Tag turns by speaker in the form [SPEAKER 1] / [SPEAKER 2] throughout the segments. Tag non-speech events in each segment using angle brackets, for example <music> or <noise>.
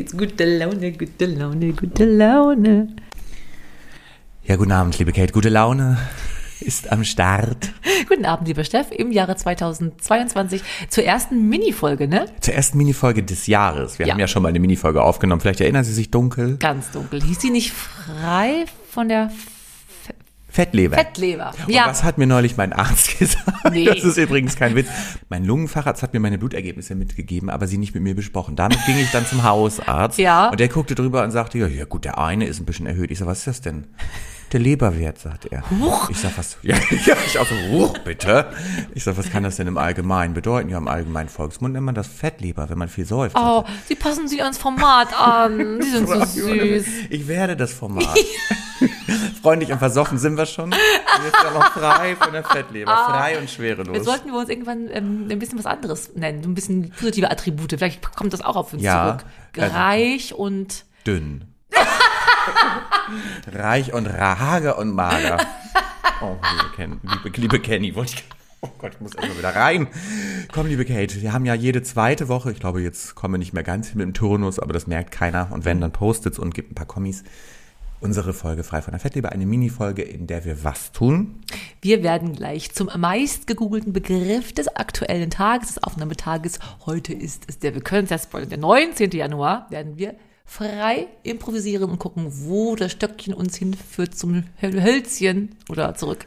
[SPEAKER 1] Jetzt gute Laune, gute Laune, gute Laune.
[SPEAKER 2] Ja, guten Abend, liebe Kate. Gute Laune <laughs> ist am Start.
[SPEAKER 1] Guten Abend, lieber Steff, im Jahre 2022 zur ersten Minifolge, ne?
[SPEAKER 2] Zur ersten Minifolge des Jahres. Wir
[SPEAKER 1] Ja.
[SPEAKER 2] haben ja schon mal eine Minifolge aufgenommen. Vielleicht erinnern Sie sich dunkel.
[SPEAKER 1] Ganz dunkel. Hieß sie nicht frei von der
[SPEAKER 2] Fettleber.
[SPEAKER 1] Fettleber?
[SPEAKER 2] Und was hat mir neulich mein Arzt <laughs> gesagt?
[SPEAKER 1] Nee.
[SPEAKER 2] Das ist übrigens kein Witz. Mein Lungenfacharzt hat mir meine Blutergebnisse mitgegeben, aber sie nicht mit mir besprochen. Damit ging ich dann zum Hausarzt.
[SPEAKER 1] Ja.
[SPEAKER 2] Und der guckte drüber und sagte, ja, ja gut, der eine ist ein bisschen erhöht. Ich sag, was ist das denn? Der Leberwert, sagt er.
[SPEAKER 1] Huch.
[SPEAKER 2] Ich sag, was? <laughs> Ja, ja, ich auch so, huch, bitte. Ich sag, was kann das denn im Allgemeinen bedeuten? Ja, im allgemeinen Volksmund nennt man das Fettleber, wenn man viel säuft.
[SPEAKER 1] Oh, sie passen sich ans Format an.
[SPEAKER 2] <laughs>
[SPEAKER 1] Sie sind so süß.
[SPEAKER 2] Ich werde das Format. Freundlich und versoffen sind wir schon. Und Jetzt aber frei von der Fettleber, frei und
[SPEAKER 1] Jetzt
[SPEAKER 2] schwerelos.
[SPEAKER 1] sollten wir uns irgendwann ähm, ein bisschen was anderes nennen. So ein bisschen positive Attribute. Vielleicht kommt das auch auf uns
[SPEAKER 2] Ja,
[SPEAKER 1] zurück.
[SPEAKER 2] also-
[SPEAKER 1] Reich und
[SPEAKER 2] Dünn. Reich und rage und mager. Oh, liebe, Ken, liebe, liebe Kenny, wollte ich. Oh Gott, ich muss erstmal wieder rein. Komm, liebe Kate, wir haben ja jede zweite Woche, ich glaube, jetzt kommen wir nicht mehr ganz hin mit dem Turnus, aber das merkt keiner. Und wenn, dann postet's und gibt ein paar Kommis. Unsere Folge frei von der Fettleber, eine Minifolge, in der wir was tun.
[SPEAKER 1] Wir werden gleich zum meistgegoogelten Begriff des aktuellen Tages, des Aufnahmetages. Heute ist es der, wir können es ja spoilern, der 19. Januar, werden wir frei improvisieren und gucken, wo das Stöckchen uns hinführt zum Höl- Hölzchen oder zurück.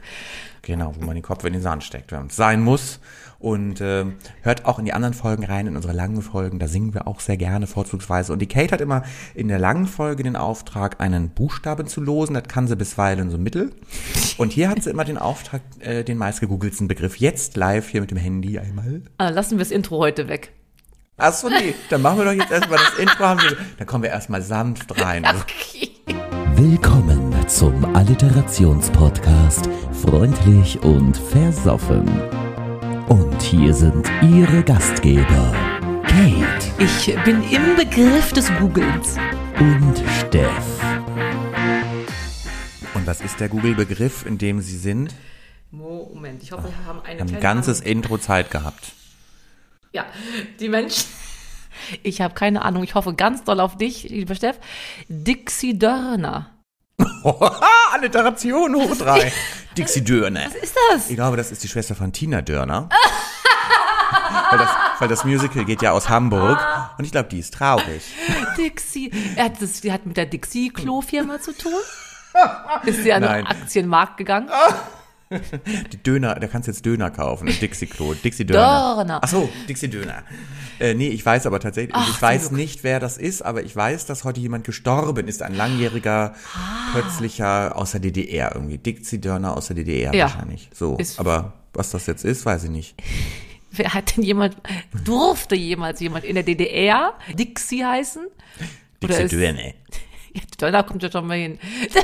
[SPEAKER 2] Genau, wo man den Kopf in den Sand steckt, wenn es sein muss. Und äh, hört auch in die anderen Folgen rein, in unsere langen Folgen. Da singen wir auch sehr gerne vorzugsweise. Und die Kate hat immer in der langen Folge den Auftrag, einen Buchstaben zu losen. Das kann sie bisweilen so mittel. Und hier hat sie immer den Auftrag, äh, den meistgegoogelten Begriff jetzt live hier mit dem Handy einmal.
[SPEAKER 1] Ah, lassen wir das Intro heute weg.
[SPEAKER 2] Ach so, nee, dann machen wir doch jetzt erstmal das Intro. Haben wir, dann kommen wir erstmal sanft rein.
[SPEAKER 3] Willkommen zum Alliterationspodcast Freundlich und Versoffen. Und hier sind Ihre Gastgeber, Kate
[SPEAKER 1] <laughs> Ich bin im Begriff des Googlens.
[SPEAKER 3] und Steff.
[SPEAKER 2] Und was ist der Google-Begriff, in dem sie sind?
[SPEAKER 1] Moment, ich hoffe, wir haben eine
[SPEAKER 2] Ein
[SPEAKER 1] kleine
[SPEAKER 2] ganzes Intro Zeit gehabt.
[SPEAKER 1] <laughs> Ja, die Menschen. <laughs> Ich habe keine Ahnung, ich hoffe ganz doll auf dich, lieber Steff. Dixie Dörner.
[SPEAKER 2] Alliteration hoch drei.
[SPEAKER 1] <laughs>
[SPEAKER 2] Dixie Dörner.
[SPEAKER 1] Was ist das?
[SPEAKER 2] Ich glaube, das ist die Schwester von Tina Dörner. <laughs> weil, das, weil das Musical geht ja aus Hamburg.
[SPEAKER 1] Ah.
[SPEAKER 2] Und ich glaube, die ist traurig.
[SPEAKER 1] Dixie. Er hat, das, die hat mit der Dixie-Klo-Firma zu
[SPEAKER 2] <laughs>
[SPEAKER 1] tun. Ist sie an den
[SPEAKER 2] Nein.
[SPEAKER 1] Aktienmarkt gegangen?
[SPEAKER 2] Die Döner, da kannst du jetzt Döner kaufen im Dixie-Klo. Dixie Dörner.
[SPEAKER 1] Dörner.
[SPEAKER 2] Ach so, Dixie Döner. Äh, nee, ich weiß aber tatsächlich, also ich weiß nicht, wer das ist, aber ich weiß, dass heute jemand gestorben ist. Ein langjähriger,
[SPEAKER 1] Ah.
[SPEAKER 2] plötzlicher aus der DDR irgendwie. Dixie Dörner aus der DDR
[SPEAKER 1] Ja.
[SPEAKER 2] wahrscheinlich. So,
[SPEAKER 1] Ist-
[SPEAKER 2] aber was das jetzt ist, weiß ich nicht.
[SPEAKER 1] Wer hat denn jemand, durfte jemals jemand in der DDR Dixie heißen? Oder
[SPEAKER 2] Dixie
[SPEAKER 1] ist-
[SPEAKER 2] Dörner.
[SPEAKER 1] Ja, Dörner kommt ja schon mal hin. <laughs>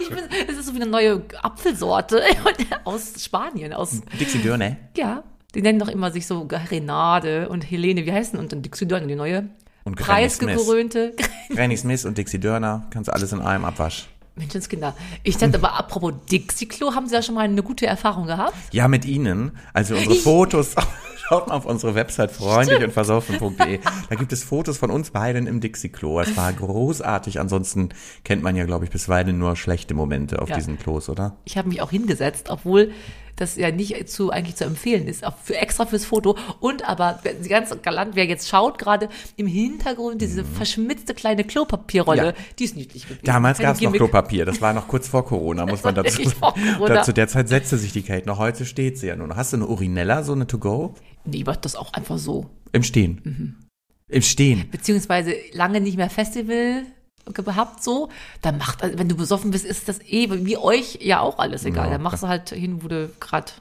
[SPEAKER 1] Ich bin, es ist so wie eine neue Apfelsorte <laughs> aus Spanien, aus,
[SPEAKER 2] Dixie Dörner.
[SPEAKER 1] ja. Die nennen doch immer sich so Renade und Helene, wie heißen? Und dann Dixie Dörner, die neue
[SPEAKER 2] Und Granny Smith.
[SPEAKER 1] preisgekrönte
[SPEAKER 2] Granny Smith und Dixie Dörner, kannst alles in einem Abwasch.
[SPEAKER 1] <laughs> Menschenskinder. Ich dachte aber, apropos Dixie-Klo, haben Sie da schon mal eine gute Erfahrung gehabt?
[SPEAKER 2] Ja, mit Ihnen. Also unsere Fotos, <laughs> schaut mal auf unsere
[SPEAKER 1] <laughs>
[SPEAKER 2] Website freundlichundversoffen.de. Da gibt es Fotos von uns beiden im Dixie-Klo. Es war großartig. Ansonsten kennt man ja, glaube ich, bisweilen nur schlechte Momente auf
[SPEAKER 1] Ja.
[SPEAKER 2] diesen Klos, oder?
[SPEAKER 1] Ich habe mich auch hingesetzt, obwohl das ja nicht zu, eigentlich zu empfehlen ist, auch für, extra fürs Foto. Und aber wer- ganz galant, wer jetzt schaut, gerade im Hintergrund diese verschmitzte kleine Klopapierrolle,
[SPEAKER 2] Mhm. Ja.
[SPEAKER 1] die ist niedlich geblieben.
[SPEAKER 2] Damals
[SPEAKER 1] Keine
[SPEAKER 2] gab es noch
[SPEAKER 1] Gimmick.
[SPEAKER 2] Klopapier. Das war noch kurz vor Corona, muss man
[SPEAKER 1] war
[SPEAKER 2] dazu
[SPEAKER 1] wirklich
[SPEAKER 2] <laughs>
[SPEAKER 1] vor
[SPEAKER 2] sagen.
[SPEAKER 1] Corona.
[SPEAKER 2] Da- Zu der Zeit setzte sich die Kate noch. Heute steht sie ja nun. Hast du eine Urinella, so eine To-Go?
[SPEAKER 1] Nee, war das auch einfach so.
[SPEAKER 2] Im Stehen.
[SPEAKER 1] Mhm.
[SPEAKER 2] Im Stehen.
[SPEAKER 1] Beziehungsweise lange nicht mehr Festival gehabt so, dann macht, also wenn du besoffen bist, ist das eh, wie euch ja auch alles egal.
[SPEAKER 2] Ja,
[SPEAKER 1] dann machst du halt hin, wo du gerade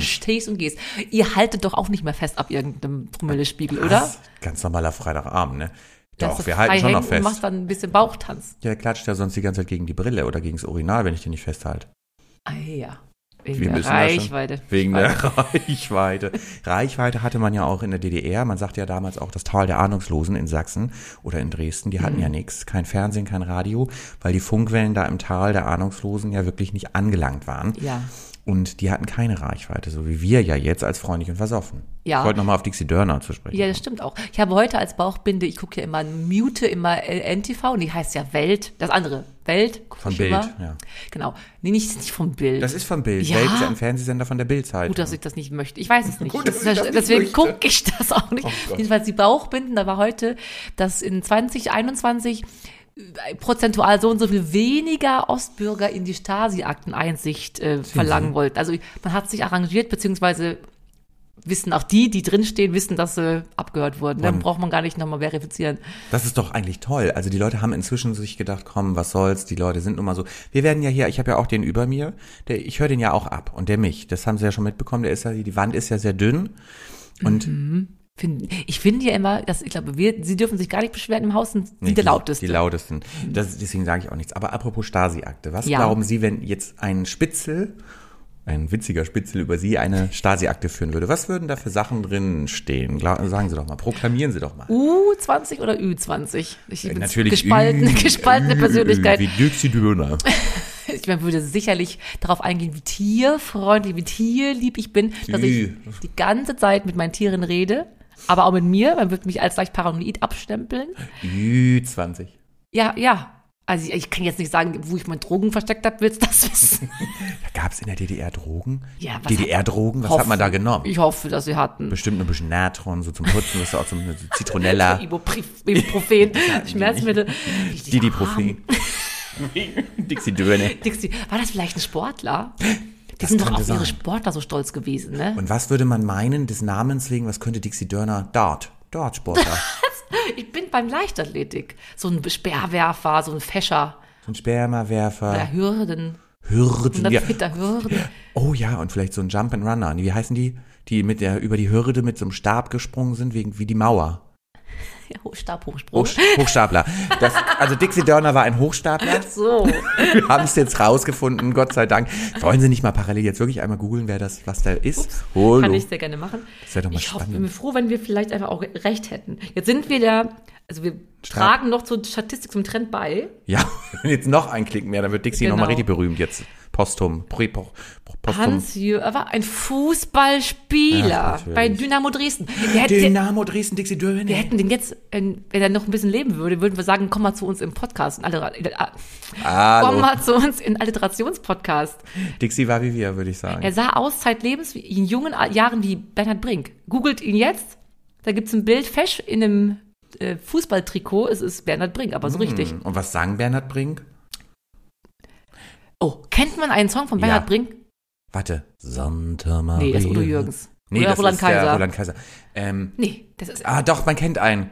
[SPEAKER 1] stehst und gehst. Ihr haltet doch auch nicht mehr fest ab irgendeinem Promillespiegel, oder?
[SPEAKER 2] Was? Ganz normaler Freitagabend, ne?
[SPEAKER 1] Lass
[SPEAKER 2] Doch,
[SPEAKER 1] es
[SPEAKER 2] wir
[SPEAKER 1] frei
[SPEAKER 2] halten schon
[SPEAKER 1] hängen
[SPEAKER 2] noch
[SPEAKER 1] Und
[SPEAKER 2] fest.
[SPEAKER 1] machst dann ein bisschen Bauchtanz.
[SPEAKER 2] Ja, der klatscht ja sonst die ganze Zeit gegen die Brille oder gegens Urinal, wenn ich den nicht festhalte.
[SPEAKER 1] Ah ja. Wegen
[SPEAKER 2] Wir
[SPEAKER 1] der
[SPEAKER 2] müssen das schon-
[SPEAKER 1] Reichweite.
[SPEAKER 2] Wegen der <laughs> Reichweite. Reichweite hatte man ja auch in der DDR. Man sagte ja damals auch das Tal der Ahnungslosen in Sachsen oder in Dresden. Die hatten ja
[SPEAKER 1] Mhm.
[SPEAKER 2] nichts. Kein Fernsehen, kein Radio, weil die Funkwellen da im Tal der Ahnungslosen ja wirklich nicht angelangt waren.
[SPEAKER 1] Ja.
[SPEAKER 2] Und die hatten keine Reichweite, so wie wir ja jetzt als freundlich und versoffen.
[SPEAKER 1] Ja.
[SPEAKER 2] Ich wollte nochmal auf Dixie Dörner zu sprechen.
[SPEAKER 1] Ja, das stimmt auch. Ich habe heute als Bauchbinde, ich gucke ja immer, mute immer äh, NTV und die heißt ja Welt, das andere, Welt. guck
[SPEAKER 2] Von
[SPEAKER 1] ich
[SPEAKER 2] Bild,
[SPEAKER 1] immer.
[SPEAKER 2] ja.
[SPEAKER 1] Genau. Nee, nicht, ist nicht vom Bild.
[SPEAKER 2] Das ist vom Bild.
[SPEAKER 1] Ja.
[SPEAKER 2] Welt ist ja ein Fernsehsender von der Bildzeitung.
[SPEAKER 1] Gut, dass ich das nicht möchte. Ich weiß es nicht.
[SPEAKER 2] Gut, dass ich
[SPEAKER 1] Das-
[SPEAKER 2] das nicht
[SPEAKER 1] Deswegen
[SPEAKER 2] möchte. Oh
[SPEAKER 1] gucke ich das auch nicht.
[SPEAKER 2] Gott.
[SPEAKER 1] Jedenfalls die Bauchbinden, da war heute, dass in 2021 äh, prozentual so und so viel weniger Ostbürger in die Stasi-Akten Einsicht äh, verlangen wollten. Also man hat sich arrangiert, beziehungsweise wissen auch die, die drinstehen, wissen, dass sie abgehört wurden. Dann
[SPEAKER 2] Mann.
[SPEAKER 1] braucht man gar nicht nochmal verifizieren.
[SPEAKER 2] Das ist doch eigentlich toll. Also die Leute haben inzwischen sich gedacht, komm, was soll's, die Leute sind nun mal so. Wir werden ja hier, ich habe ja auch den über mir, der, ich höre den ja auch ab und der mich. Das haben sie ja schon mitbekommen, der ist ja, die Wand ist ja sehr dünn. Und
[SPEAKER 1] Finden- Ich finde ja immer, dass ich glaube, wir, sie dürfen sich gar nicht beschweren im Haus, sind sie
[SPEAKER 2] Nee,
[SPEAKER 1] der lauteste.
[SPEAKER 2] Die lautesten. Das, deswegen sage ich auch nichts. Aber apropos Stasi-Akte, was
[SPEAKER 1] Ja.
[SPEAKER 2] glauben Sie, wenn jetzt ein Spitzel, ein witziger Spitzel über Sie eine Stasi-Akte führen würde? Was würden da für Sachen drin stehen? Gla- Sagen Sie doch mal, proklamieren Sie doch mal.
[SPEAKER 1] U20 oder Ü20? Ich bin
[SPEAKER 2] Äh, Natürlich
[SPEAKER 1] gespalten,
[SPEAKER 2] Ü-
[SPEAKER 1] gespaltene
[SPEAKER 2] Ü- Ü-
[SPEAKER 1] Persönlichkeit.
[SPEAKER 2] Wie Düxi Döner.
[SPEAKER 1] Ich meine, würde sicherlich darauf eingehen, wie tierfreundlich, wie tierlieb ich bin, dass ich
[SPEAKER 2] Ü.
[SPEAKER 1] die ganze Zeit mit meinen Tieren rede, aber auch mit mir. Man wird mich als leicht paranoid abstempeln.
[SPEAKER 2] Ü20.
[SPEAKER 1] Ja, ja. Also ich, ich kann jetzt nicht sagen, wo ich meine Drogen versteckt habe, willst du das wissen?
[SPEAKER 2] Da gab es in der DDR Drogen?
[SPEAKER 1] Ja, was
[SPEAKER 2] DDR-Drogen? Was hat man da genommen?
[SPEAKER 1] Ich hoffe, dass sie hatten.
[SPEAKER 2] Bestimmt ein bisschen Natron, so zum Putzen, das ist auch so eine
[SPEAKER 1] <laughs>
[SPEAKER 2] Zitronella,
[SPEAKER 1] Ibuprif- Ibuprofen,
[SPEAKER 2] <laughs>
[SPEAKER 1] Schmerzmittel. Richtig arm.
[SPEAKER 2] Didiprofen. <laughs> Dixie Döner.
[SPEAKER 1] Dixie, war das vielleicht ein Sportler? Die
[SPEAKER 2] Das
[SPEAKER 1] sind doch
[SPEAKER 2] könnte
[SPEAKER 1] auf ihre
[SPEAKER 2] sein.
[SPEAKER 1] Sportler so stolz gewesen, ne?
[SPEAKER 2] Und was würde man meinen des Namens wegen, was könnte Dixie Dörner? Dart.
[SPEAKER 1] <laughs>
[SPEAKER 2] Dartsportler.
[SPEAKER 1] Ich bin beim Leichtathletik. So ein Speerwerfer, so ein Fäscher.
[SPEAKER 2] So ein Spermawerfer,
[SPEAKER 1] Oder Hürden.
[SPEAKER 2] Hürden.
[SPEAKER 1] 100
[SPEAKER 2] Ja.
[SPEAKER 1] Meter Hürden.
[SPEAKER 2] Oh ja, und vielleicht so ein Jump and Runner. Wie heißen die? Die mit der, über die Hürde mit so einem Stab gesprungen sind, wegen, wie die Mauer.
[SPEAKER 1] Ja, oh, Ho- Stabhochsprung.
[SPEAKER 2] Hoch, Hochstapler. Das, also Dixie Dörner war
[SPEAKER 1] <laughs>
[SPEAKER 2] ein Hochstapler.
[SPEAKER 1] So.
[SPEAKER 2] Wir haben es jetzt rausgefunden, Gott sei Dank. Wollen Sie nicht mal parallel jetzt wirklich einmal googeln, wer das, was da ist? Hallo.
[SPEAKER 1] Kann ich sehr gerne machen.
[SPEAKER 2] Oh, Das wär doch mal
[SPEAKER 1] ich hoffe,
[SPEAKER 2] spannend.
[SPEAKER 1] bin mir froh, wenn wir vielleicht einfach auch recht hätten. Jetzt sind wir da, also wir
[SPEAKER 2] Strab-
[SPEAKER 1] tragen noch zur Statistik zum Trend bei.
[SPEAKER 2] Ja, <laughs> wenn jetzt noch ein Klick mehr, dann wird Dixie
[SPEAKER 1] Genau.
[SPEAKER 2] nochmal richtig berühmt jetzt. Postum, pre, po, postum.
[SPEAKER 1] Hans Jürgen war ein Fußballspieler
[SPEAKER 2] Ach, natürlich.
[SPEAKER 1] bei Dynamo Dresden. Der, hätte-
[SPEAKER 2] Dynamo Dresden, Dixie Dörner.
[SPEAKER 1] wir hätten den jetzt, wenn wenn er noch ein bisschen leben würde, würden wir sagen, komm mal zu uns im Podcast. In Allera- in- ah, komm
[SPEAKER 2] Hallo.
[SPEAKER 1] mal zu uns in Alliterationspodcast.
[SPEAKER 2] Dixie war wie wir, würde ich sagen.
[SPEAKER 1] Er sah aus zeitlebens wie in jungen A- Jahren wie Bernhard Brink. Googelt ihn jetzt. Da gibt's ein Bild fesch in einem äh, Fußballtrikot. Es ist Bernhard Brink,
[SPEAKER 2] Mm.
[SPEAKER 1] aber so richtig.
[SPEAKER 2] Hm, Und was sang Bernhard Brink?
[SPEAKER 1] Oh, kennt man einen Song von Bernhard
[SPEAKER 2] Ja.
[SPEAKER 1] Brink?
[SPEAKER 2] Warte. Santa Maria.
[SPEAKER 1] Nee, das ist Udo Jürgens.
[SPEAKER 2] Nee,
[SPEAKER 1] Oder
[SPEAKER 2] das
[SPEAKER 1] Roland
[SPEAKER 2] ist
[SPEAKER 1] Kaiser.
[SPEAKER 2] Der Roland Kaiser. Ähm,
[SPEAKER 1] Nee, das ist.
[SPEAKER 2] ah, doch, man kennt einen.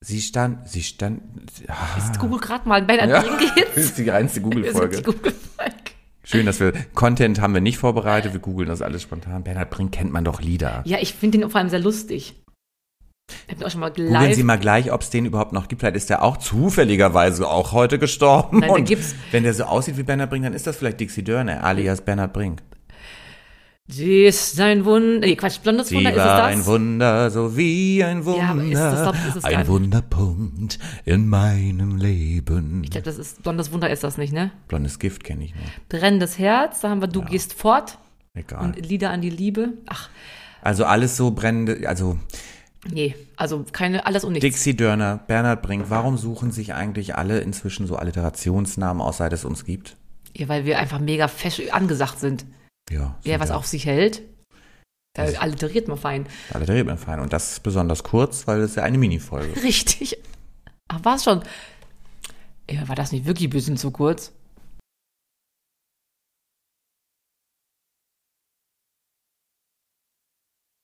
[SPEAKER 2] Sie stand, sie stand. Ah,
[SPEAKER 1] Jetzt Google gerade mal Bernhard
[SPEAKER 2] ja.
[SPEAKER 1] Brink jetzt.
[SPEAKER 2] <laughs> Das ist die reinste
[SPEAKER 1] Wir sind die
[SPEAKER 2] Google-Folge.
[SPEAKER 1] Google-Folge.
[SPEAKER 2] Schön, dass wir Content haben wir nicht vorbereitet. Wir googeln das alles spontan. Bernhard Brink kennt man doch Lieder.
[SPEAKER 1] Ja, ich finde den vor allem sehr lustig. Ich hab ihn auch schon mal
[SPEAKER 2] Googeln Sie
[SPEAKER 1] live.
[SPEAKER 2] mal gleich, ob es den überhaupt noch gibt. Vielleicht ist der auch zufälligerweise auch heute gestorben.
[SPEAKER 1] Nein, den
[SPEAKER 2] Und
[SPEAKER 1] gibt's-
[SPEAKER 2] Wenn der so aussieht wie Bernhard Brink, dann ist das vielleicht Dixie Dörner, alias Bernhard Brink.
[SPEAKER 1] Sie ist ein Wunder. äh, Nee, Quatsch, blondes
[SPEAKER 2] Sie
[SPEAKER 1] Wunder ist es
[SPEAKER 2] war
[SPEAKER 1] das.
[SPEAKER 2] ein Wunder, so wie ein Wunder.
[SPEAKER 1] Ja, aber ist das- das ist es gar
[SPEAKER 2] ein
[SPEAKER 1] nicht.
[SPEAKER 2] Wunderpunkt in meinem Leben.
[SPEAKER 1] Ich glaube, das ist blondes Wunder ist das nicht, ne?
[SPEAKER 2] Blondes Gift kenne ich nur.
[SPEAKER 1] Brennendes Herz, da haben wir Du gehst fort.
[SPEAKER 2] Egal.
[SPEAKER 1] Und Lieder an die Liebe. Ach,
[SPEAKER 2] Also alles so brennende, also
[SPEAKER 1] nee, also keine, alles und nichts.
[SPEAKER 2] Dixie Dörner, Bernhard Brink, warum suchen sich eigentlich alle inzwischen so Alliterationsnamen aus, seit es uns gibt?
[SPEAKER 1] Ja, weil wir einfach mega fesch angesagt sind.
[SPEAKER 2] Ja.
[SPEAKER 1] Wer
[SPEAKER 2] sind
[SPEAKER 1] was
[SPEAKER 2] ja Also
[SPEAKER 1] auf sich hält, da alliteriert man fein. <laughs>
[SPEAKER 2] Alliteriert man fein. Und das ist besonders kurz, weil das ist ja eine Minifolge.
[SPEAKER 1] Richtig. Ach, war's schon. Ja, war das nicht wirklich ein bisschen zu kurz?